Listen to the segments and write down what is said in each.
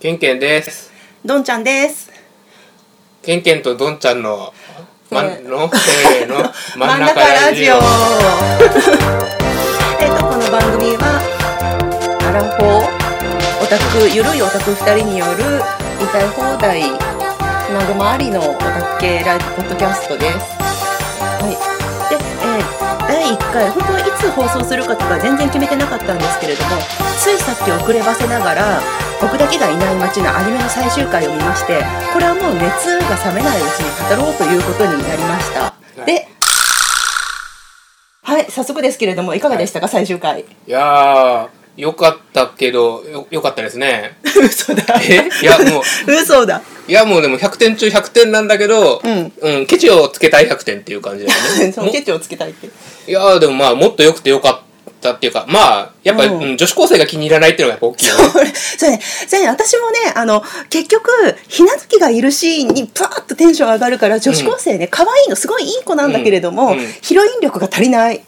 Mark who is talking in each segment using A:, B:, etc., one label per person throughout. A: ケンケンです。
B: どんちゃんです。
A: ケンケンとドンちゃんの、ま、
B: せー
A: の、せーの、
B: 真ん中ラ ジオ。えっとこの番組はアラフォーオタクゆるいオタク二人による言いたい放題つなぐもありのオタク系ライブポッドキャストです。はい。で、えー第1回本当はいつ放送するかとか全然決めてなかったんですけれどもついさっき遅ればせながら僕だけがいない街のアニメの最終回を見ましてこれはもう熱が冷めないうちに語ろうということになりました、
A: はい
B: ではい早速ですけれどもいかがでしたか、最終回
A: いやー、よかったけど、よ、よかったですね。
B: 嘘だ
A: えいや、もう、
B: 嘘だ
A: いや、もうでも100点中100点なんだけど、
B: うん
A: うん、ケチをつけたい100点っていう感じだよね。
B: そのケチをつけたいって
A: いやー、でもまあ、もっと良くてよかったっていうか、まあ、やっぱ、
B: うん
A: うん女子高生が気に入らないっていうのがやっぱ大きいよね。
B: それそれねそれね私もねあの結局ひなずきがいるシーンにパーッとテンション上がるから女子高生ね可愛、いのすごいいい子なんだけれども、
A: うんうん
B: ヒロイン力が足りない
A: っ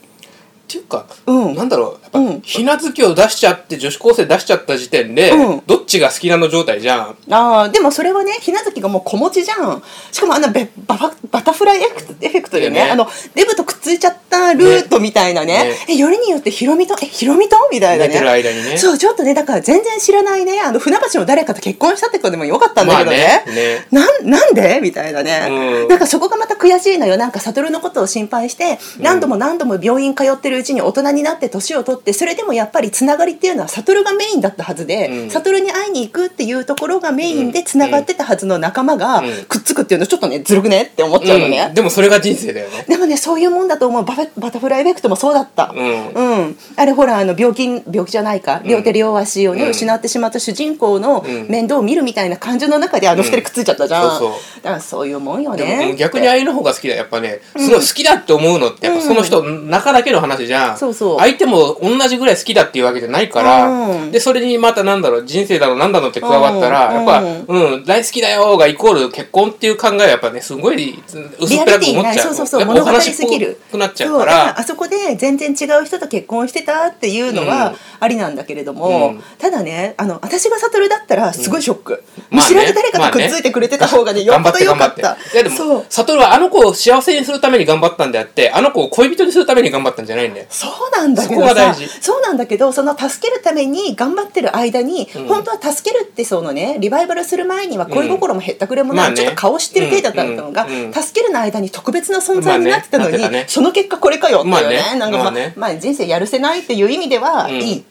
A: ていうか、
B: うん
A: なんだろうやっぱ、
B: うん
A: ひなずきを出しちゃって女子高生出しちゃった時点で、
B: うん
A: どっちが好きなの状態じゃん
B: あーでもそれはねひなずきがもう子持ちじゃんしかもあのべバババタフライエフェクトエフェクトでね
A: だよね
B: あのデブとくっついちゃったルートみたいなね
A: ね
B: えよりによってヒロミとえヒロミとみたいな
A: 寝てる
B: ね
A: 間にね
B: そうちょっとねだから全然知らないねあの船橋の誰かと結婚したってことでもよかったんだ
A: まあ
B: けどね,、
A: ね
B: なんなんでみたいなね、
A: うん
B: なんかそこがまた悔しいのよなんか悟のことを心配して何度も何度も病院通ってるうちに大人になって年を取ってそれでもやっぱりつながりっていうのは悟がメインだったはずで、
A: うん
B: 悟に会いに行くっていうところがメインでつながってたはずの仲間が
A: うん
B: くっつくっていうのちょっとねずるくねって思っちゃうのね、
A: うん、でもそれが人生だよね
B: でもねそういうもんだと思うバフェバタフライエフェクトもそうだった、
A: うん
B: うんあれほらあの病気病気じゃないか両手両足をね、
A: うん
B: 失ってしまった主人公の
A: ん
B: 面倒を見るみたいな感情の中であの二人くっついちゃったじゃん、
A: うんそう
B: だからそういうもんよ
A: でも
B: ね
A: 逆にあ
B: っ
A: あ
B: て
A: いうの方が好きだやっぱねすごい好きだって思うのってやっぱその人の中だけの話じゃん、
B: そうそう
A: 相手も同じぐらい好きだっていうわけじゃないから、
B: うん
A: でそれにまたなんだろう人生だろうなんだろうって加わったら、
B: うん
A: やっぱ、うん、大好きだよがイコール結婚っていう考えはやっぱねすごい薄っぺらく思っちゃう
B: そうそうそう
A: やっぱ
B: 物
A: お
B: 語
A: 話
B: すぎる
A: っぽくなっちゃ
B: そう
A: うか
B: だ
A: ら
B: からあそこで全然違う人と結婚してたっていうの
A: うん
B: はありなんだけれど
A: う
B: も、
A: ん
B: ただねあの私が悟だったらすごいショック、
A: うん
B: 見知らぬ
A: まあね
B: 誰かとくっついてくれてた方がねよ
A: 頑
B: っ
A: 張
B: ぽ
A: っ
B: ど
A: て
B: よ
A: 頑張
B: か
A: っ。
B: ってた
A: いやで
B: そう
A: も、悟はあの子を幸せにするために頑張ったんであって、あの子を恋人にするために頑張ったんじゃないんだよ。
B: そうなんだけど
A: そこが大
B: さ
A: 事
B: そうなんだけどその助けるために頑張ってる間に、本当は助けるってそのねリバイバルする前には恋心もへったくれも
A: ま
B: ない、
A: あね
B: ちょっと顔知ってる程度だったのが、
A: うんうんうん
B: 助けるの間に特別な存在になってたのに、
A: まあねなってたね
B: その結果これかよっていうね,、
A: まあね
B: なんかまあ、
A: ま
B: ま
A: あ
B: あ
A: ね
B: 人生やるせないっていう意味では、
A: ん
B: いい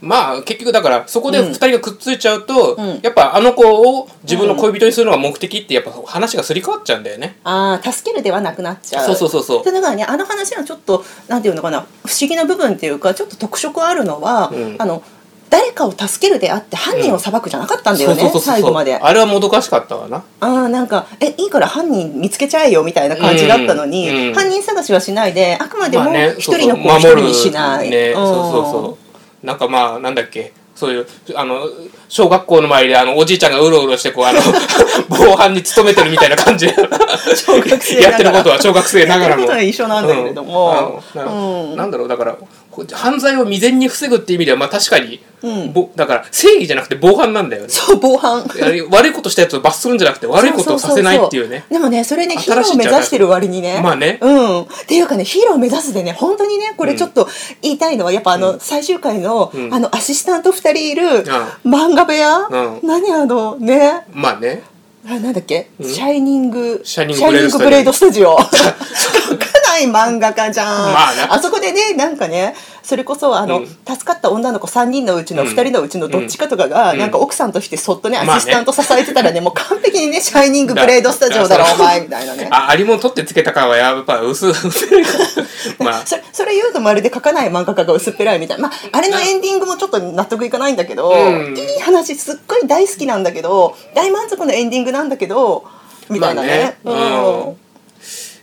A: まあ結局だから、そこで二人がくっついちゃうと、
B: ん
A: やっぱあの子を自分の恋人にするのが目的って、やっぱ話がすり替わっちゃうんだよね。
B: あー助けるではなくなっちゃう
A: そうそうそうそう
B: でだからねあの話のちょっとなんていうのかな不思議な部分っていうかちょっと特色あるのは、
A: ん
B: あの誰かを助けるであって犯人を裁くじゃなかったんだよね、最後まで。
A: あれはもどかしかったわな。
B: あーなんか「えいいから犯人見つけちゃえよ」みたいな感じだったのに、
A: うんうん
B: 犯人探しはしないであくまで
A: ま
B: も
A: あね
B: 一人の子
A: そ
B: を
A: う
B: 一
A: そう
B: 人にしな
A: 守
B: い。
A: るね、そうそう
B: うん
A: そう。なんかまあ、なんだっけ。そういう、あの、小学校の周りで、あの、おじいちゃんがうろうろして、こう、 あの、防犯に勤めてるみたいな感じで。
B: 小学生ながら
A: やってることは小学生ながらも。
B: やってることは一緒なんだけれども
A: うんあの
B: うん
A: なんだろう、だから、こう犯罪を未然に防ぐっていう意味では、まあ確かに、
B: うん
A: ぼだから、正義じゃなくて防犯なんだよね。
B: そう防犯
A: あれ悪いことしたやつを罰するんじゃなくて、悪いことをさせないっていうね。
B: そそそでもねそれねヒーロ
A: 新しい
B: ーを目指してる割にね
A: まあね
B: うんっていうかねヒーローを目指すでね本当にねこれちょっと言いたいのはやっぱあの、最終回の、
A: ん
B: あのアシスタント2人いる、漫画部屋、
A: う
B: 何あのね
A: まあね。
B: あなんだっけ、シャイニング
A: シャイニング
B: ブレードスタジ オ書かない漫画家じゃん、
A: まあね
B: そこでねなんかねそれこそあの、
A: うん
B: 助かった女の子3人のうちの
A: うん
B: 2人のうちのどっちかとかが、
A: うん
B: なんか奥さんとしてそっとね
A: まあね
B: アシスタント支えてた らねもう完璧にね「シャイニングブレードスタジオだろ
A: だ
B: お前」みたいなね
A: あ、ありもん取ってつけた感はやっぱ薄い。 まあ、
B: それそれ言うとまるで書かない漫画家が薄っぺらいみたいな、まあ、あれのエンディングもちょっと納得いかないんだけど、
A: うん
B: いい話すっごい大好きなんだけど大満足のエンディングなんだけどみたいなね,、
A: まあねうん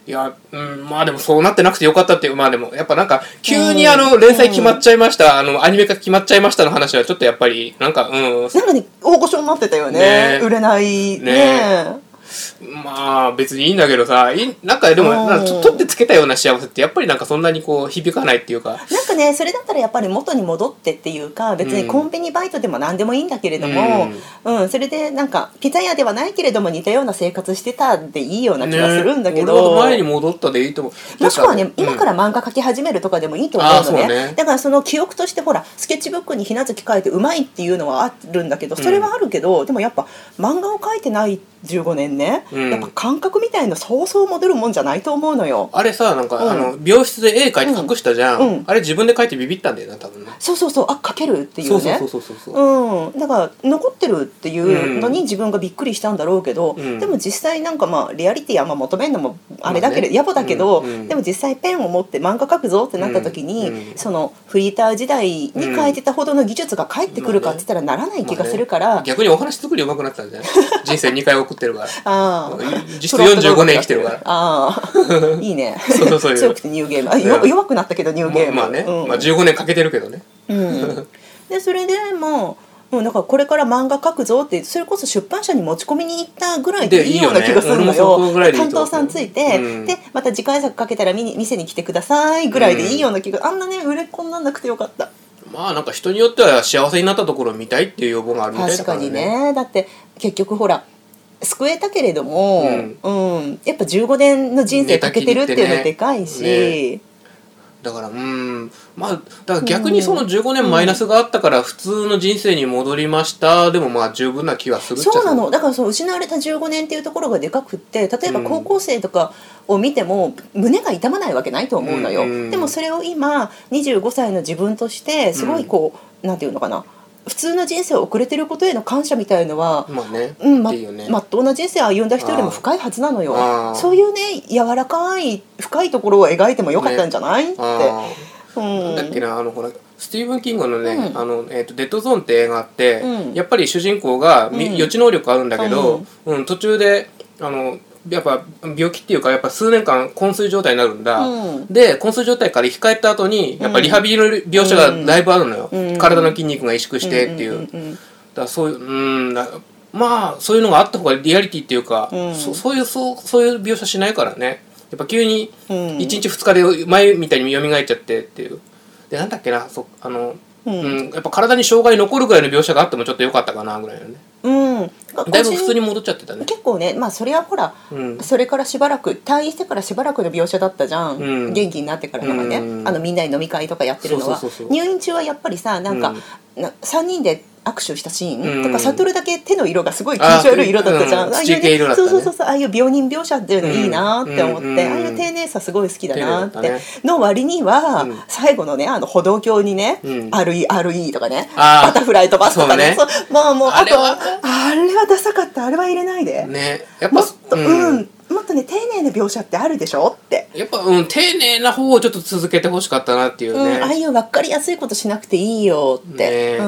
A: いや、うん、まあでもそうなってなくてよかったっていう、まあでも、やっぱなんか、急にあの、連載決まっちゃいました、あの、アニメ化決まっちゃいましたの話は、ちょっとやっぱり、なんか、うん、
B: なんかね大御所になってたよ
A: ね
B: ね売れないね
A: ねまあ別にいいんだけどさいなんかでも
B: うん
A: なんかと取ってつけたような幸せってやっぱりなんかそんなにこう響かないっていうか
B: なんかねそれだったらやっぱり元に戻ってっていうか別にコンビニバイトでも何でもいいんだけれども、うんそれでなんかピザ屋ではないけれども似たような生活してたでいいような気がするんだけ
A: ね俺
B: ど、
A: は前に戻ったでいいと思う
B: もしくはね今からら漫画描き始めるとかでもいいと思うの
A: あー
B: ね
A: そうね
B: だからその記憶としてほらスケッチブックにひなずき描いてうまいっていうのはあるんだけどそれはあるけど、でもやっぱ漫画を描いてない15年ね、
A: うん
B: やっぱ感覚みたいのそうそう戻るもんじゃないと思うのよ。
A: あれさなんか、
B: うん
A: あの病室で絵描いて隠したじゃん、
B: うんうん
A: あれ自分で描いてビビったんだよな多分ね
B: そうそうそうあ描けるっていうね
A: そうそうそうそうそう、
B: うん、だから残ってるっていうのに自分がびっくりしたんだろうけど、
A: うん
B: でも実際なんかまあリアリティあんま求めんのもあれだけど、
A: まあね
B: 野暮だけど、
A: うんうん
B: でも実際ペンを持って漫画描くぞってなった時に、
A: うんうん
B: そのフリーター時代に書いてたほどの技術が返ってくるかって言ったらならない気がするから、
A: 逆にお話作り上手くなってた んじゃない人生2回送ってるから
B: ああ
A: 実質45年生きてるから
B: あ あいいね
A: そうそうそう
B: 強くてニューゲームあ弱
A: うん
B: 弱くなったけどニューゲーム
A: まあまあね、
B: うん
A: まあ、15年かけてるけどね
B: うん、でそれでまあうん、だからこれから漫画描くぞってそれこそ出版社に持ち込みに行ったぐらいで
A: で
B: いいような気がするの
A: いいよね俺もそ
B: よ
A: こぐらいでいい
B: 担
A: と思
B: 当
A: う
B: さんついて、
A: うん
B: でまた次回作かけたら見に店に来てくださいぐらいでいいような気が、あんなね売れっ子になんなくてよかった
A: まあなんか人によっては幸せになったところを見たいっていう要望があるみたいだ
B: 確
A: か
B: から
A: ね
B: にねだって結局ほら救えたけれども、うんやっぱ15年の人生かけてるっていうのでかいし、
A: 寝たきりだからうんまあだから逆にその15年マイナスがあったから普通の人生に戻りましたでもまあ十分な気はするっちゃする
B: そうなのだからそう失われた15年っていうところがでかくって例えば
A: うん
B: 高校生とかを見ても胸が痛まないわけないと思うのよ、
A: うんうん
B: でもそれを今25歳の自分としてすごいこう、なんていうのかな普通の人生を送れてることへの感謝みたいのは、
A: まあね、
B: うんま
A: いいよね、
B: まっとうな人生を歩んだ人よりも深いはずなの
A: あ
B: よ
A: ー
B: そういうね柔らかい深いところを描いてもよかったんじゃない、って、
A: あ
B: う
A: ー
B: ん、
A: だっけなあのほらスティーブン・キングのね「
B: うん
A: あのえー、とデッドゾーン」って映画あって、
B: うん
A: やっぱり主人公が、み
B: うん
A: 予知能力あるんだけ
B: う
A: ど
B: ん、
A: うん途中であのやっぱ病気っていうかやっぱ数年間昏睡状態になるんだ、
B: うん
A: で昏睡状態から生き返った後にやっぱリハビリの描写がだいぶあるのよ、
B: うん
A: 体の筋肉が萎縮してっていう,、だか
B: んんんん
A: らそういううんなまあそういうのがあった方がリアリティっていうか、
B: うん
A: そそういうそうそういう描写しないからねやっぱ急に
B: うん
A: 1日2日で前みたいに蘇っちゃってっていうでなんだっけなそあの、
B: う
A: う
B: ん
A: んやっぱ体に障害残るぐらいの描写があってもちょっと良かったかなぐらいのね
B: うん、
A: だいぶ普通に戻っちゃってたね
B: 結構ねまあそれはほら、
A: うん
B: それからしばらく退院してからしばらくの描写だったじゃん、
A: うん
B: 元気になってからのがね、
A: うん
B: あのみんなに飲み会とかやってるのは
A: そうそうそうそう
B: 入院中はやっぱりさなんか、な3人で握手したシーンとか、
A: うん
B: 悟るだけ手の色がすごい気持ち悪い色だったじゃん
A: あうん土系色だったね
B: そうそうそうそうああいう病人描写っていうのいいなって思って、
A: うんうんうん
B: ああいう丁寧さすごい好きだなって
A: 丁寧だったね
B: の割には、
A: うん
B: 最後のねあの歩道橋にね、
A: うん
B: RE RE とかね
A: あー
B: バタフライ飛ばすとかね
A: そう
B: そうまあもうあ
A: あれ
B: と
A: は
B: はあれはダサかったあれは入れないで、
A: ねやっぱ
B: もっと、
A: う
B: うんんもっとね丁寧な描写ってあるでしょって、
A: やっぱ、うん、丁寧な方をちょっと続けてほしかったなっていう
B: うん
A: ね、
B: ああいう分かりやすいことしなくていいよっ
A: ね
B: て、う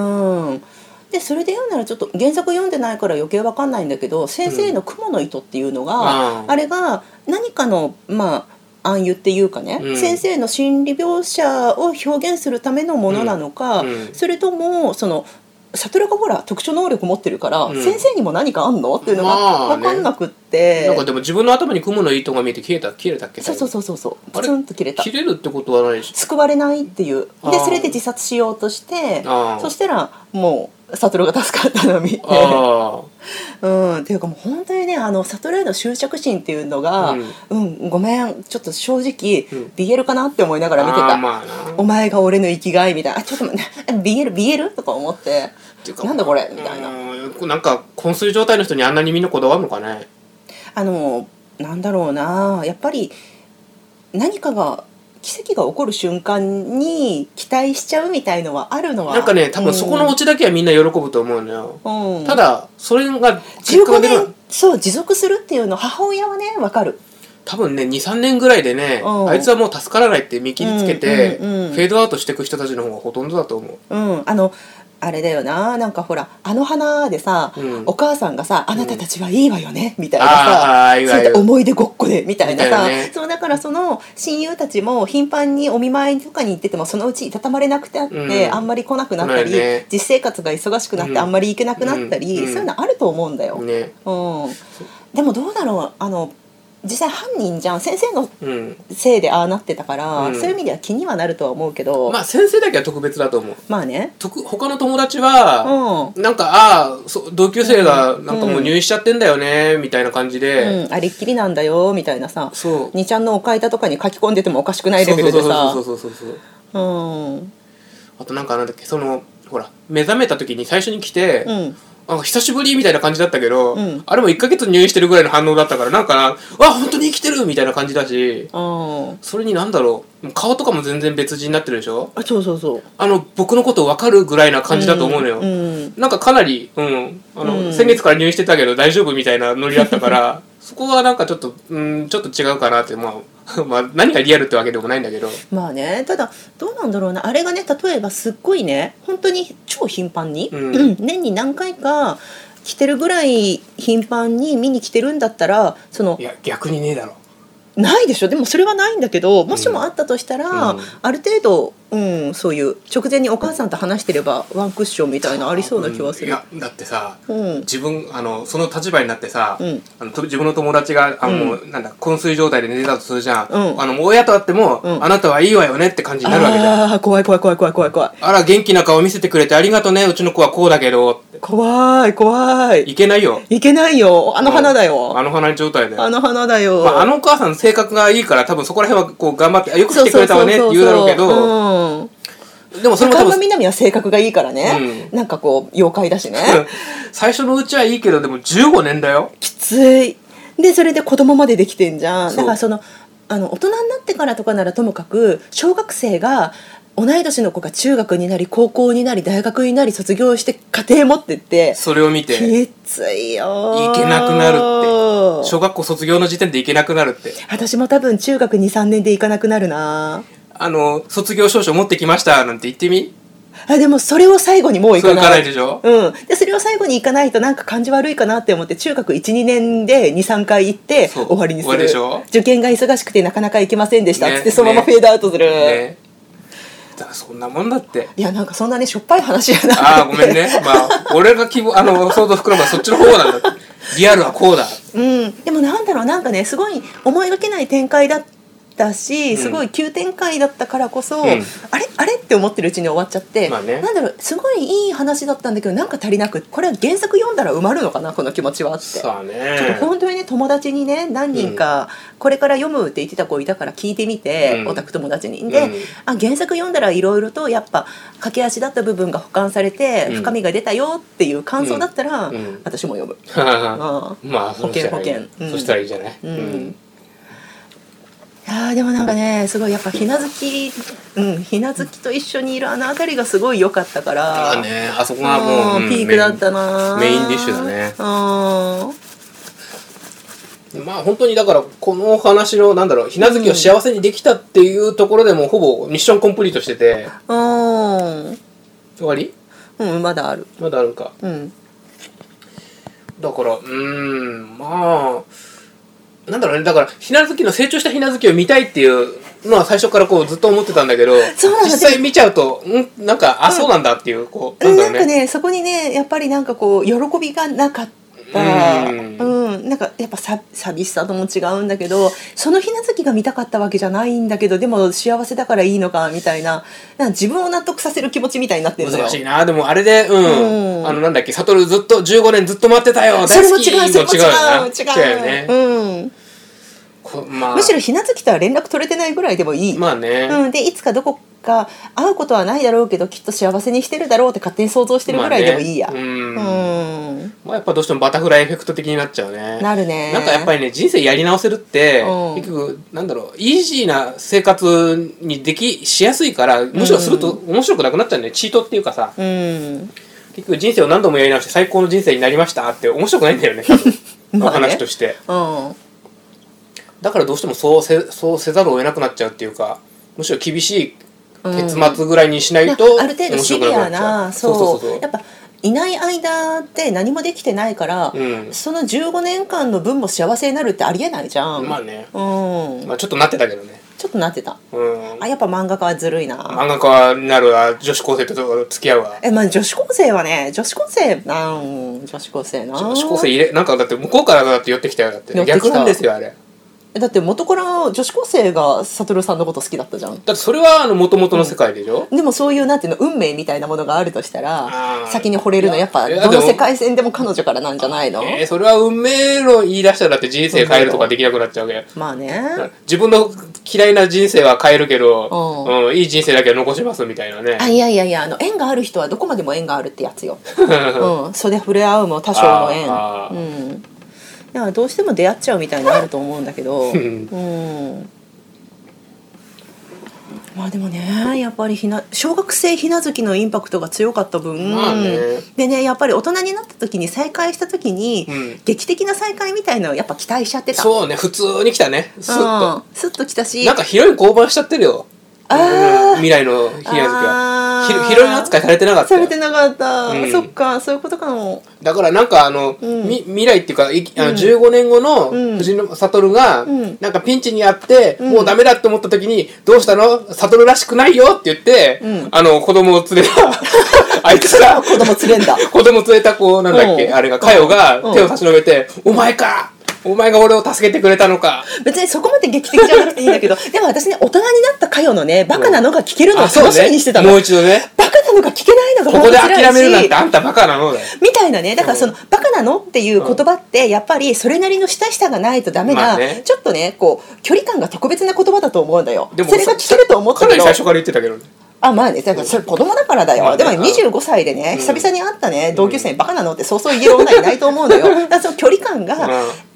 B: ん、でそれで言うならちょっと原作読んでないから余計分かんないんだけど先生の「雲の糸」っていうのが、
A: うん
B: あれが何かのまあ暗喩っていうかね、
A: うん
B: 先生の心理描写を表現するためのものなのか、
A: うんうん
B: それともその悟がほら特殊能力持ってるから、
A: うん
B: 先生にも何かあんのっていうのが
A: まあ
B: 分
A: ね
B: かんなくって、
A: なんかでも自分の頭に雲の糸が見えて消えた切れたっけ
B: そうそうそうそうそう
A: あ
B: プ
A: れ
B: ツンと切れた
A: 切れるってことはないし
B: 救われないっていう
A: あ
B: で
A: ー
B: それで自殺しようとして
A: あー
B: そしたらもう悟が助かったのを見て、
A: あ
B: うん、っていうかもう本当にねあの悟への執着心っていうのが、
A: う
B: う
A: んん
B: ごめんちょっと正直、
A: うん
B: BL かなって思いなが
A: あ
B: ら見て
A: あ
B: た
A: ー。まあな
B: お前が俺の生きがいみたいなあちょっと待って BL?BL? とか思って
A: ていうか
B: なんだこれみたいな、
A: うんなんか昏睡状態の人にあんなにみんなこだわるのかね
B: あのなんだろうなやっぱり何かが奇跡が起こる瞬間に期待しちゃうみたいのはあるのは
A: なんかね多分そこのオチだけはみんな喜ぶと思うのよ、
B: うんうん
A: ただそれが結果
B: 15
A: が出る
B: 年そう持続するっていうの母親はねわかる
A: 多分ね23年ぐらいでね
B: うん
A: あいつはもう助からないって見切りつけて、
B: うんうんうん
A: フェードアウトしていく人たちの方がほとんどだと思う
B: うんあのあれだよななんかほら「あの花」でさ、
A: うん
B: お母さんがさ「あなたたちはいいわよね」みたいな
A: あ
B: さ
A: ーいいわ
B: そ
A: よ
B: れで思い出ごっこでみたいな
A: みた
B: さ
A: いなね
B: そうだからその親友たちも頻繁にお見舞いとかに行っててもそのうちいたたまれなくてあって、
A: うん
B: あんまり来なくなったり、
A: まあね
B: 実生活が忙しくなって
A: うん
B: あんまり行けなくなったり、
A: うん
B: そういうのあると思うんだよ。
A: ね
B: うんでもどうだろうあの実際犯人じゃん先生の
A: うん、
B: せいでああなってたから、
A: うん
B: そういう意味では気にはなるとは思うけど、
A: まあ先生だけは特別だと思う
B: まあね
A: 特他の友達は、
B: う
A: なんかああそう同級生がなんかもう
B: うん
A: 入院しちゃってんだよね、みたいな感じ
B: ん、
A: で、
B: うん、ありっきりなんだよみたいなさ
A: そう
B: 2ちゃんのお買いたとかに書き込んでてもおかしくない
A: そ
B: レ
A: う
B: ベ
A: そう
B: ル
A: そ
B: で
A: う
B: さ
A: そうそうそうそう
B: うん
A: あとなんかなんだっけそのほら目覚めた時に最初に来て、
B: うん
A: なんか久しぶりみたいな感じだったけど、
B: うん
A: あれも1ヶ月入院してるぐらいの反応だったからなんかあ本当に生きてるみたいな感じだし
B: あ
A: それになんだろうもう顔とかも全然別人になってるでしょ
B: あそうそうそう
A: あの僕のこと分かるぐらいな感じだと思うのよ、
B: うん
A: なんかかなり、うんあの
B: うん
A: 先月から入院してたけど大丈夫みたいなノリだったから そこはなんかちょっと、うん、ちょっと違うかなって、まあ、 まあ何がリアルってわけでもないんだけど
B: まあねただどうなんだろうなあれがね例えばすっごいね本当に超頻繁に、
A: うん
B: うん 年に何回か来てるぐらい頻繁に見に来てるんだったらその
A: いや逆にねえだろ
B: ないでしょでもそれはないんだけどもしもあったとしたら、
A: うん
B: ある程度、うん、そういう直前にお母さんと話してればワンクッションみたいなありそうな気はす
A: い
B: る。
A: やだってさ
B: うん
A: 自分あのその立場になってさ、
B: うん
A: あのと自分の友達があ
B: うん
A: もう、なんだ昏睡状態で寝てたとするじゃん、
B: うん
A: あのもう親と会っても、
B: うん
A: あなたはいいわよねって感じになるわけじゃんあ
B: あー怖い怖い怖い怖い怖い怖い
A: ら元気な顔見せてくれてありがとねうちの子はこうだけどって
B: 怖い怖い
A: いけないよ
B: いけないよあの花だ
A: あ
B: よ
A: の花状態だよ
B: あの花だよ、
A: まあ、あのお母さん性格がいいから多分そこら辺はこう頑張ってあよく来てくれたわねって言うだろうけ
B: そうそう
A: ど
B: そううん
A: でもそれも
B: 高
A: 多
B: 山
A: 分
B: みなみは性格がいいからね、なんかこう妖怪だ しね
A: 最初のうちはいいけどでも15年だよ
B: きついでそれで子供までできてんじゃん
A: そう
B: だからそのあの大人になってからとかならともかく小学生が同い年の子が中学になり高校になり大学になり卒業して家庭持ってって
A: それを見て
B: きついよー
A: いけなくなるって小学校卒業の時点でいけなくなるって
B: 私も多分中学23年で行かなくなるな
A: あの卒業証書持ってきましたなんて言ってみ
B: あでもそれを最後にもう行
A: それ
B: か
A: い
B: ない
A: かないでしょ
B: うん、でそれを最後に行かないとなんか感じ悪いかなって思って中学12年で23回行って
A: そう
B: 終わりにす
A: 終わり
B: る
A: でしょ
B: 受験が忙しくてなかなか行けませんでしたっ
A: ね
B: つってそのまま
A: ね
B: フェードアウトする、
A: ねだからそんなもんだって
B: いやなんかそんなねしょっぱい話じゃなくて
A: ああごめん ねまあ俺が希望あの想像膨らむのはそっちの方なんだってリアルはこうだ
B: うん、でもなんだろうなんかねすごい思いがけない展開だったしすごい急展開だったからこそ、
A: うん
B: あれあれって思ってるうちに終わっちゃって、
A: まあね
B: なんだろうすごいいい話だったんだけどなんか足りなくこれは原作読んだら埋まるのかなこの気持ちはって。
A: さあね
B: ちょっと本当にね友達にね何人かこれから読むって言ってた子いたから聞いてみて、
A: うん
B: オタク友達に。で、
A: うん
B: あ原作読んだらいろいろとやっぱ駆け足だった部分が保管されて
A: うん
B: 深みが出たよっていう感想だったら、
A: うんうん
B: 私も読む。あ
A: まあ、
B: 保険
A: そしたらいい
B: 保険うん
A: そしたらいいじゃない。
B: うんいやーでもなんかねすごいやっぱひなずきうんひなずきと一緒にいるあの辺りがすごい良かったから
A: ああね、あそこがもう、
B: うん
A: うん
B: ピークだったな
A: メインメインディッシュだね
B: う
A: メ
B: ん
A: インまあ、本当にだから、このお話の、なんだろう、ひなずきを幸せにできたっていうところでも、ほぼミッションコンプリートしてて、
B: うん
A: 終わり
B: うんまだある
A: まだあるか。
B: うん
A: だから、うーん、まあ、なんだろうね、だから、ひなずきの成長したひなずきを見たいっていうのは最初からこうずっと思ってたんだけど、
B: そうなんだ
A: 実際見ちゃうと、うん、なんか、あ、そうなんだっていう、こう、
B: うん
A: な
B: なんん
A: だろ
B: か
A: うね。
B: ねそこにねやっぱりなんかこう喜びがなかった
A: う
B: うんん、なんかやっぱさ寂しさとも違うんだけどそのひな月が見たかったわけじゃないんだけどでも幸せだからいいのかみたいななんか自分を納得させる気持ちみたいになってるのよ
A: 難しいなでもあれでうん、
B: うん
A: あのなんだっけ悟るずっと15年ずっと待ってたよ
B: それ
A: 大
B: も
A: 好
B: 違
A: き
B: うそれも違
A: よな
B: う違
A: 違うよ
B: う
A: ね、
B: うん、
A: こまあ
B: むしろひな月とは連絡取れてないぐらいでもいい、
A: まあね、
B: うん、でいつかどこか会うことはないだろうけどきっと幸せにしてるだろうって勝手に想像してるぐらいでもいいや、
A: まあねうん
B: うん
A: まあ、やっぱどうしてもバタフライエフェクト的になっちゃうね
B: なるね
A: なんかやっぱりね人生やり直せるって、
B: うん
A: 結局なんだろうイージーな生活にできしやすいからむしろすると面白くなくなっちゃうね、チートっていうかさ
B: うん
A: 結局人生を何度もやり直して最高の人生になりましたって面白くないんだ よね多分
B: まあね
A: お話として
B: うん
A: だからどうしてもそうせそうせざるを得なくなっちゃうっていうかむしろ厳しい結末ぐらいにしないと
B: ある程度
A: 面
B: シ
A: 白く
B: ビ
A: な
B: ア
A: くなっちゃ
B: な
A: うそうそう
B: そ
A: そう
B: うやっぱいない間って何もできてないから、
A: うん
B: その15年間の分も幸せになるってありえないじゃん、
A: まあね、
B: うん
A: まあ、ちょっとなってたけどね
B: ちょっとなってた
A: うん
B: あやっぱ漫画家はずるいな
A: 漫画家になるわ女子高生と付き合うわ
B: えまあ女子高生はね女子高生なん女子高生な
A: 女子高生入れなんかだって向こうからだって寄ってきたよだって
B: 寄ってきた
A: 逆なんですよあれ
B: だって元から女子高生が悟さんのこと好きだったじゃん
A: だってそれはあの元々の世界でしょ、
B: でもそういうなんていうの運命みたいなものがあるとした
A: あ
B: ら
A: ー
B: 先に惚れるのやっ
A: い
B: ぱど
A: やで
B: の
A: も
B: 世界線でも彼女からなんじゃないの
A: えーそれは運命論言い出したらだって人生変えるとかできなくなっちゃうわけ
B: まあね
A: 自分の嫌いな人生は変えるけど、
B: う
A: うん、いい人生だけは残しますみたいなね
B: あいやいやいやあの縁がある人はどこまでも縁があるってやつ よ、うん、それ触れ合うも多少の縁
A: あーあ
B: うんだからどうしても出会っちゃうみたいなのあると思うんだ けど
A: うん
B: うんまあでもねやっぱりひな小学生ひなずきのインパクトが強かった分、
A: まあね
B: でねやっぱり大人になった時に再会した時に、
A: うん
B: 劇的な再会みたいのをやっぱ期待しちゃってた
A: そうね普通に来たねスッと
B: うん、スッと来たし
A: なんかヒロイン降板しちゃってるよ
B: あー
A: 未来のひなずき
B: あ
A: は
B: ー
A: ひヒロイン扱いされてなかった
B: され
A: よ
B: てなかった、
A: うん
B: そっかそういうことかも
A: だからなんかあの、
B: うん
A: み未来っていうかいあ
B: う
A: の
B: ん
A: 15年後の
B: うん
A: 藤野悟が、
B: うん
A: なんかピンチにあって、
B: うん
A: もうダメだって思った時に「どうしたの悟らしくないよ」って言って、
B: うん
A: あの子供を 連れたあいつが
B: 子供連れん だ
A: 子供連れた子なんだっけ、
B: うん
A: あれが佳代
B: う
A: が
B: ん
A: 手を差し伸べて「お前かお前が俺を助けてくれたのか」
B: 別にそこまで劇的じゃなくていいんだけどでも私ね大人になったかよのねバカなのが聞けるのを
A: あそう
B: 楽
A: ね
B: しみにしてたの、
A: もう一度ね
B: バカなのが聞けないのが
A: ここで
B: 本当辛
A: 諦
B: いし
A: めるなんてあんたバカなのだよ
B: みたいなねだからその、バカなのっていう言葉ってやっぱりそれなりの親しさがないとダメな、
A: まあね
B: ちょっとねこう距離感が特別な言葉だと思うんだよ
A: でも
B: それが聞けると思った
A: かな
B: け
A: り
B: ど
A: 最初から言ってたけどね
B: あまあねだからそれ子供だからだよ、
A: まあね
B: でも25歳でね、久々に会ったね同級生にバカなのってそうそう言える女いないと思う のよだからその距離感が、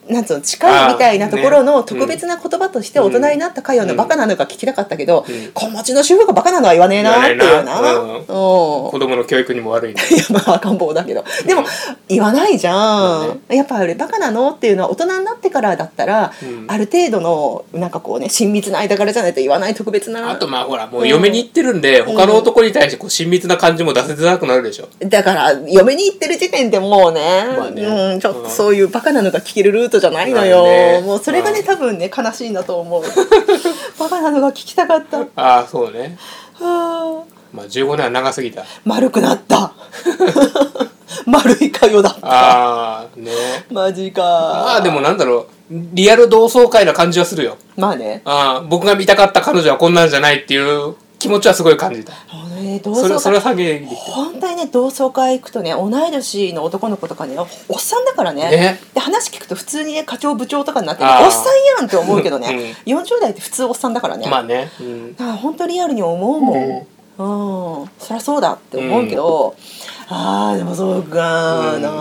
B: なんつうの近いみたいなところ
A: あー
B: の
A: ね
B: 特別な言葉として大人になったかよのバカなのが聞きたかったけど、
A: ん
B: 子持ちの主婦がバカなのは言わねえなっていう
A: 言
B: な。
A: わ
B: う
A: ね
B: ん
A: え子供の教育にも悪いね
B: いやまあ赤ん坊だけどでも言わないじゃ
A: ま
B: ん、やっぱあれバカなのっていうのは大人になってからだったら、
A: うん
B: ある程度のなんかこうね親密な間柄じゃないと言わない特別な
A: あとまあほらもう嫁に行ってるんで、他の男に対してこう親密な感じも出せづらくなるでしょ、
B: だから嫁に行ってる時点でもうね,、
A: まあね
B: うん、ちょっとそういうバカなのが聞けるルートじゃないのよ、
A: まあね
B: もうそれがね、
A: うん
B: 多分ね悲しいんだと思う バカなのが聞きたかったは
A: ああそうね
B: あ
A: まあ15年は長すぎた
B: 丸くなった 丸いかよだった
A: ああね
B: マジか
A: まあでもなんだろうリアル同窓会な感じはするよ
B: まあね
A: ああ僕が見たかった彼女はこんなんじゃないっていう気持ちはすごい感じた
B: あのね同
A: それ
B: 窓
A: それは
B: 会
A: 下げできて
B: 本当にね同窓会行くとね同い年の男の子とかねおおっさんだからね
A: ね
B: で話聞くと普通にね課長部長とかになってね
A: あー
B: おっさんやんって思うけどね、40代って普通おっさんだからね、
A: まあね、うん、
B: あ本当リアルに思うもん、うんそりゃそうだって思うけど、ああでもそうか
A: うん
B: な、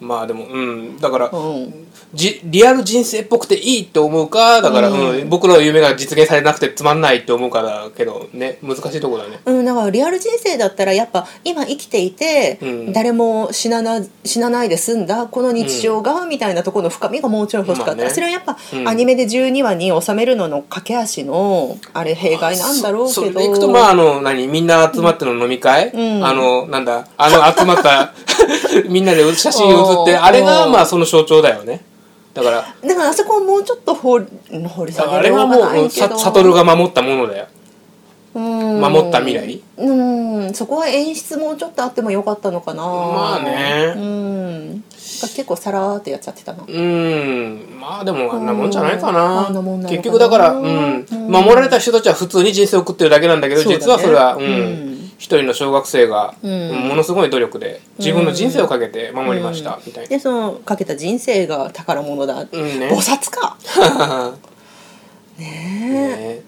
A: まあでもうんだから、
B: うん、
A: じリアル人生っぽくていいと思うかだから、
B: うん
A: うん僕の夢が実現されなくてつまんないって思うかだけどね難しいとこだね
B: うん、だからリアル人生だったらやっぱ今生きていて、
A: うん
B: 誰も死なな死なないで済んだこの日常が、みたいなところの深みがもうちろん欲しかった、
A: まあね
B: それはやっぱ、
A: うん
B: アニメで12話に収めるのの駆け足のあれ弊害なんだろう
A: そ
B: け
A: そ
B: ど
A: れでいくとまああの何みんな集まっての飲み会、
B: うん
A: あのなんだあの集まった みんなで写真を写っ
B: お
A: て
B: ー
A: あれがまあその象徴だよねだから
B: だからあそこをもうちょっと掘り掘り下
A: あれ
B: げよ
A: は
B: うがな
A: も
B: いうけ
A: さ
B: ど
A: 悟が守ったものだよ
B: 守
A: 守った未来
B: うんそこは演出もちょっとあってもよかったのかな
A: まあね
B: うんなんか結構さらーってやっちゃってたな
A: うーんまあでもあんなもんじゃないか
B: あ
A: なん
B: なもんなのかな
A: 結局だから、うん
B: うん
A: 守られた人たちは普通に人生を送ってるだけなんだけど
B: そうだね
A: 実はそれは、うん
B: うん
A: 一人の小学生が、
B: うん
A: ものすごい努力で自分の人生をかけて守りました、みたいな。
B: でそのかけた人生が宝物だ、
A: うんね
B: 菩薩か
A: ね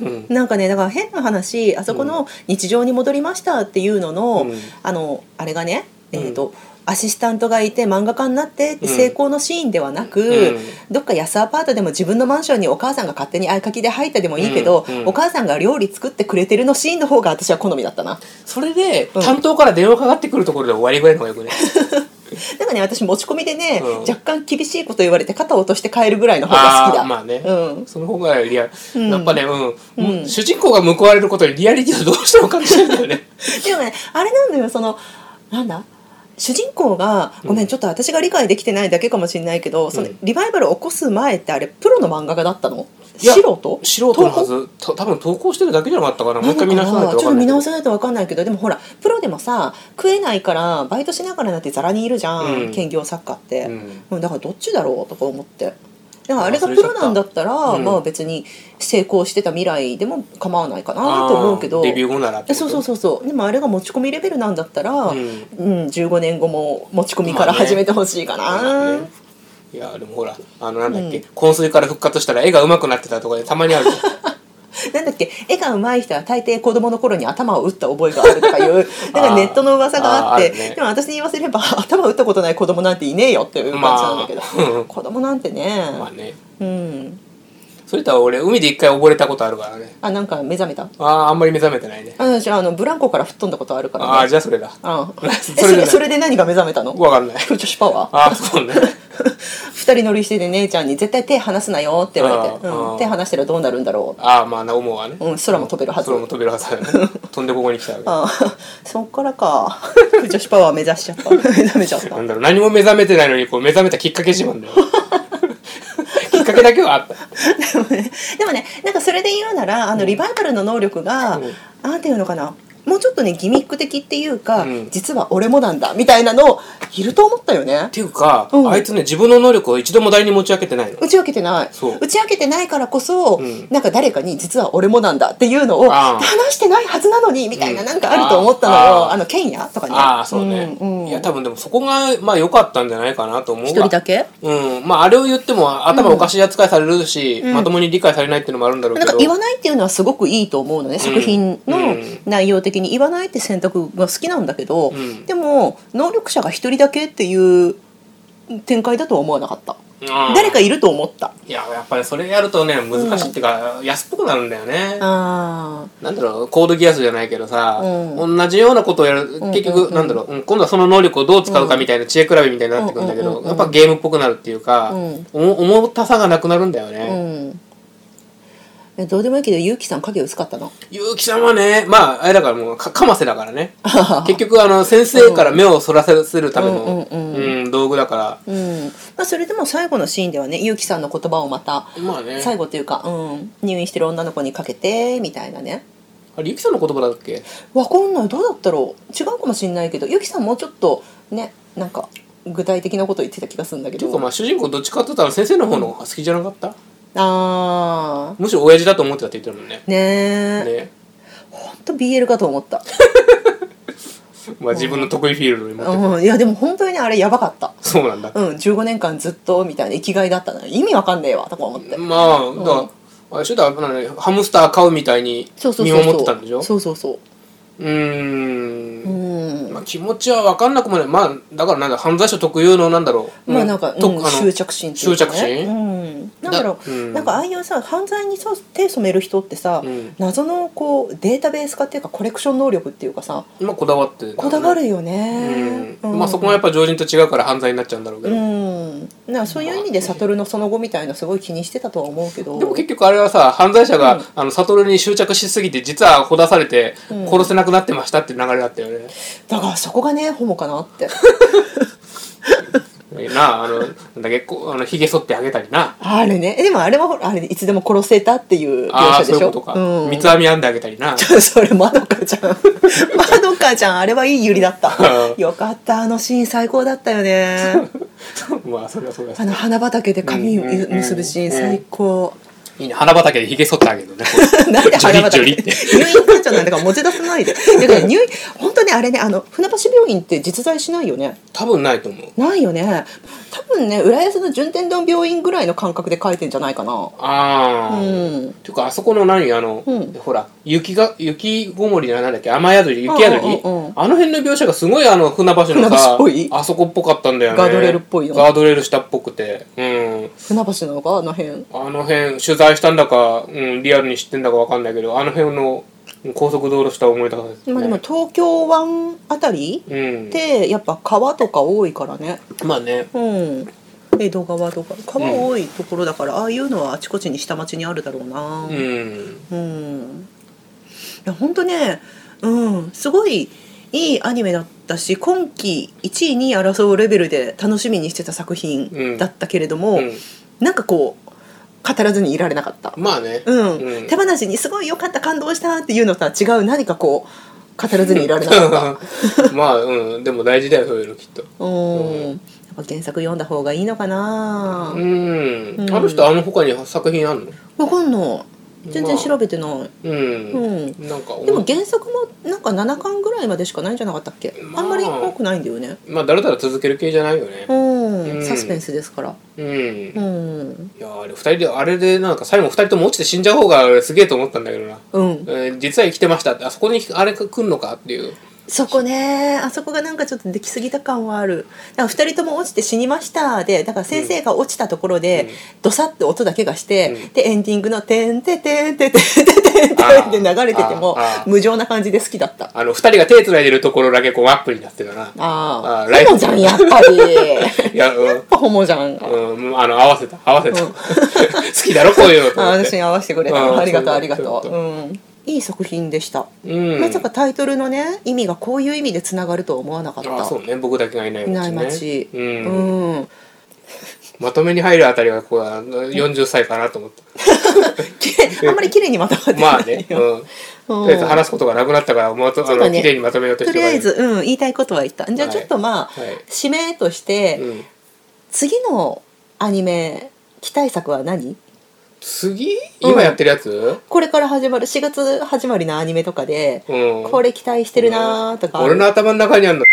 A: うん
B: なんかねだから変な話あそこの日常に戻りましたっていうのの、
A: うん
B: あのあれがねえっ、と、アシスタントがいて漫画家になってって成功のシーンではなく、
A: うん
B: どっか安アパートでも自分のマンションにお母さんが勝手に合鍵で入ったでもいいけど、
A: うんうん
B: お母さんが料理作ってくれてるのシーンの方が私は好みだったな
A: それで、
B: うん
A: 担当から電話かかってくるところで終わりぐらいの方 がよくね
B: なんかね私持ち込みでね、
A: うん
B: 若干厳しいこと言われて肩を落として帰るぐらいの方が好きだ
A: あーまあね、
B: うん
A: その方がリアル、
B: うん
A: やっぱね、うん
B: うん
A: 主人公が報わ れることにリアリティをどうしても感じるんだよね
B: でもねあれなんだよそのなんだ主人公がごめ
A: うん
B: んちょっと私が理解できてないだけかもしれないけど、その
A: うん
B: リバイバルを起こす前ってあれプロの漫画家だったの
A: いや
B: 素人
A: 素人のはずた多分投稿してるだけじゃなかったかなもう一回見直さないと分
B: ちょ
A: か
B: っと
A: んな
B: 見
A: いけど
B: 直さないと分かんないけどでもほらプロでもさ食えないからバイトしながらだってざらにいるじゃん、
A: うん
B: 兼業作家って、
A: うん
B: うんだからどっちだろうとか思ってだから
A: あ
B: あれが
A: 忘れ
B: プ
A: ちゃった
B: ロなんだったら
A: うん
B: まあ別に成功してた未来でも構わないかなと思うけ
A: あ
B: ど
A: ーデビュー後ならって
B: え
A: こと
B: そうそうそうそうでもあれが持ち込みレベルなんだったら、うん
A: ん
B: 15年後も持ち込みか
A: まあ
B: ら
A: ね
B: 始めてほしいかな、
A: まあねいやでもほらあのなんだっけ、昏睡から復活したら絵が上手くなってたとかでたまにあるじゃ
B: なんだっけ絵が上手い人は大抵子供の頃に頭を打った覚えがあるとか いうなんかネットの噂があっ
A: あー
B: て
A: あるね
B: でも私に言わせれば 頭打ったことない子供なんていねえよっていう感じなんだけど、
A: まあ
B: 子供なんてね、
A: んまあね
B: うん
A: それとは俺海で一回溺れたことあるからね
B: あなんか目覚めた
A: あーあんまり目覚めてないね
B: あ私あのブランコから吹っ飛んだことあるからね
A: ああーじゃあそれだ
B: あ え
A: そ
B: そ
A: れで
B: れそれで何が目覚めたの
A: 分かんない
B: 女子パ ワー
A: ああそうね
B: 二人乗りしてて姉ちゃんに「絶対手離すなよ」って言われて、
A: あー
B: う
A: あー
B: ん、手離したらどうなるんだろ
A: ああまあな思うわね
B: う、うん、空も飛べるはず
A: それも飛べるはずだよ ね飛んでここに来たわ
B: あー そっからか 女子パワー目指しちゃった 目覚めちゃっ
A: け
B: た
A: なんだろう何も目覚めてないのにこう目覚めたきっかけ自慢 だよきっかけだけはあった
B: でもね でもねなんかそれで言うならあのリバイバルの能力が、
A: うん
B: なんていうのかなもうちょっとねギミック的っていうか、
A: うん
B: 実は俺もなんだみたいなのいると思ったよね
A: っていうか、
B: うん
A: あいつね自分の能力を一度も誰に持ち明けてないの
B: 打ち明けてない
A: そう
B: 打ち明けてないからこそ、
A: うん
B: なんか誰かに実は俺もなんだっていうのを
A: ああ
B: 話してないはずなのにみたいな、
A: うん
B: なんかあると思ったのよ
A: あ
B: あ
A: あ
B: のケンヤとかね
A: ああそうね、
B: うんうん
A: いや多分でもそこがまあ良かったんじゃないかなと思うわ
B: 一人だけ
A: うんまああれを言っても頭おかしい扱いされるし、
B: ん
A: まともに理解されないっていうのもあるんだろう
B: な
A: けど
B: んか言わないっていうのはすごくいいと思うのね、作品
A: う
B: の
A: ん
B: 内容的に言わないって選択が好きなんだけど、
A: ん
B: でも能力者が一人だけっていう展開だとは思わなかった、
A: うん
B: 誰かいると思った
A: いややっぱりそれやるとね難しいっていうか、安っぽくなるんだよね
B: あ
A: なんだろうコードギアスじゃないけどさ、
B: う
A: 同じようなことをやる
B: ん
A: 結局、なんだろう、うん今度はその能力をどう使うかみたいな知恵比べみたいになってくるんだけど、
B: うんうんうんうん
A: やっぱゲームっぽくなるっていうか、
B: うん
A: おも重たさがなくなるんだよ
B: あ
A: ね、
B: うんいやどうでもいいけど結城さん影薄かっ たな
A: 結城さんはねまああれだからもうかかませだからね結局あの先生から目をそらせるための、
B: うんうん
A: うん道具だから
B: うんまあ、それでも最後のシーンではね結城さんの言葉をまた
A: まあね
B: 最後というか、うん、入院してる女の子にかけてみたいなね
A: あれゆきさんの言葉だっけ
B: わかんないどうだったろう違うかもしれないけど結城さんもうちょっとねなんか具体的なこと言ってた気がするんだけ
A: てい
B: ど
A: うかまあ主人公どっちかって言ったら先生の方の方が好きじゃなかった、
B: あ
A: むしろ親父だと思ってたって言ってるもんね
B: ーねえ、
A: ね
B: ほんと BL かと思った、
A: まあ自分の得意フィールドに持ってた、
B: うん、いやでも本当にねあれやばかった
A: そうなんだ
B: うん15年間ずっとみたいな生きがいだったのに意味わかんねえわとか思って、
A: まあだから、あれでしょだからなんだろうハムスター飼うみたいに
B: そうそう
A: 見
B: そう
A: 守っ
B: そ
A: て
B: う
A: たんでしょ
B: そうそうそう
A: うー、
B: うんん
A: まあ、気持ちは分かんなくもないまあだからなんだ犯罪者特有のなんだろう、
B: まあなんか、
A: と
B: うん
A: あの
B: 執着心っていうか、ね、
A: 執着心
B: うん、なんだろう
A: だうん
B: なんかああいうさ犯罪にそう手染める人ってさ、
A: うん
B: 謎のこうデータベース化っていうかコレクション能力っていうかさ
A: まあこだわって
B: こだわ
A: よ
B: るよね、
A: うんまあそこがやっぱ常人と違うから犯罪になっちゃうんだろうけ
B: う
A: ど、
B: ん、なんかそういう意味で悟のその後みたいなすごい気にしてたとは思うけど
A: でも結局あれはさ犯罪者が、あの悟に執着しすぎて実はほだされて
B: うん
A: 殺せなくなってましたって流れだったよね、
B: だからそこがねホモかなって
A: なああのなんだっけこうあのひげ剃ってあげたりな
B: あれねえでもあれはほらあれいつでも殺せたっていう描
A: ああそ
B: 写で
A: ういう
B: しょ
A: ことか、
B: うん
A: 三つ編み編んであげたりな
B: それまどかちゃん まどかちゃんあれはいいゆりだったよかったあのシーン最高だった よね
A: まあそれはそれは
B: あの花畑で髪
A: うんうんうん
B: 結ぶシーン最高
A: いいね花畑でひげ剃ってあげるね
B: なんで花
A: ジョ
B: 畑
A: リ
B: 入
A: ジョリっ
B: 院患者なんだから持ち出さないでだから入院本当にあれねあの船橋病院って実在しないよね
A: 多分ないと思う
B: ないよね多分ね浦安の順天堂病院ぐらいの感覚で書いてんじゃないかな
A: ああ、
B: うん
A: ていうかあそこの何あの、
B: うん
A: ほら雪が雪ごもりななんだっけ雨宿り雪宿り、
B: うんうんうん
A: あの辺の描写がすごいあの船橋の
B: 船橋
A: さ
B: っぽい
A: あそこっぽかったんだよね
B: ガードレールっぽいの
A: ガードレール下っぽくてうん
B: 船橋なのかあの辺
A: あの辺取材したんだか、うん、リアルに知ってんだかわかんないけどあの辺のうん高速道路下を思い出させて、
B: まあでも東京湾あたり
A: うん
B: ってやっぱ川とか多いからね
A: まあね
B: うん江戸川とか川多いところだから、ああいうのはあちこちに下町にあるだろうな
A: うん
B: うん、いや本当ねうんすごいいいいアニメだったし今季1位に争うレベルで楽しみにしてた作品だったけれども、
A: うん、
B: なんかこう語らずにいられなかった、
A: まあね、
B: うん
A: うん
B: 手放しにすごい良かった感動したっていうのとは違う何かこう語らずにいられなかった。
A: まあうんでも大事だよそういうのきっと
B: うん
A: う
B: やっぱ原作読んだ方がいいのかな、
A: うん、
B: うん
A: あの人あの他に作品あんの
B: わかんない全然調べてない、
A: うん、
B: うん
A: なんか
B: でも原作もなんか7巻ぐらいまでしかないんじゃなかったっけ、
A: まあ
B: あ、んまり多くないんだよね
A: まあだらだら続ける系じゃないよね
B: うん、
A: うん
B: サスペンスですから
A: うん、
B: う
A: い
B: ん
A: やあれ二人であれでなんか最後二人とも落ちて死んじゃう方が俺すげえと思ったんだけどな、
B: うん、
A: えー実は生きてましたってあそこにあれが来んのかっていう
B: そこねあそこがなんかちょっとできすぎた感はあるだから2人とも落ちて死にましたでだから先生が落ちたところで、ドサッと音だけがして、
A: うん
B: でエンディングの「てんててんててんててんてんてん」で流れてても
A: あーあー
B: 無情な感じで好きだった
A: あの二人が手つないでるところだけこうアップになってたな
B: あ
A: あ
B: あ
A: ーライフ
B: ホモじゃんやっぱりやっ
A: いやうん
B: ぱホモじゃんあ
A: うん、あの合わせた合わせた、 好きだろこういうのと
B: あ
A: 思っ
B: 私
A: て
B: に合わせてくれ
A: あ
B: た
A: ー
B: ありがとう
A: そう
B: ありがと
A: そうう
B: うんいい作品でした、
A: うん
B: まさかタイトルのね意味がこういう意味でつながるとは思わなかった
A: あそうね僕だけがいない
B: い
A: 街ね
B: ない街
A: うん
B: うん、
A: まとめに入るあたりはこうあの40歳かなと思って
B: きれいあんまり綺麗にまとまって ないよ
A: まあね、うん、とりあえず話すことがなくなったからまと、あ
B: そう
A: の
B: だね
A: 綺麗にまとめようとし
B: と
A: て
B: りあえず、うん、言いたいことは言ったじゃあ
A: はい
B: ちょっとまあ、
A: はい
B: 締めとして、
A: うん、
B: 次のアニメ期待作は何
A: 次今やってるやつ、
B: これから始まる4月始まりのアニメとかで、
A: うん
B: これ期待してるなーとかある
A: 俺の頭の中にあるの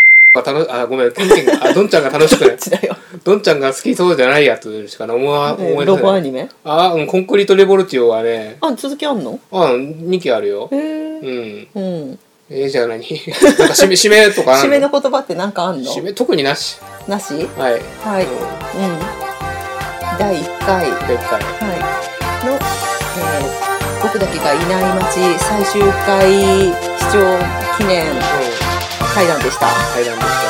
A: が楽あごめんケンケンがあどんちゃんが楽しくな
B: どっ
A: い
B: ちだよ
A: どんちゃんが好きそうじゃないやつしか思わ思い出
B: ロ
A: せ
B: ボ
A: な
B: ア
A: い
B: ニメ
A: あうんコンクリートレボルティオはね
B: あ続きあんの
A: あ2期あるよう
B: へ
A: ん
B: え
A: え
B: うん
A: ー、じゃあ何 なんか締め締めとかあん
B: 締めの言葉ってなんかあんの
A: 締め特になし
B: なし
A: はい
B: はいうん
A: うん
B: 第1回は
A: でっかい
B: いの、えー僕だけがいない街」最終回視聴記念
A: うん
B: 会談でしたは
A: 階段でした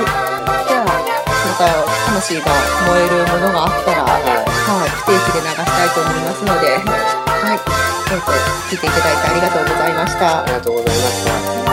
B: いじゃあまた魂が燃えるものがあったら、はい、
A: はい
B: 不定期で流したいと思いますのではいえーと聞いていただいてありがとうございました
A: ありがとうございました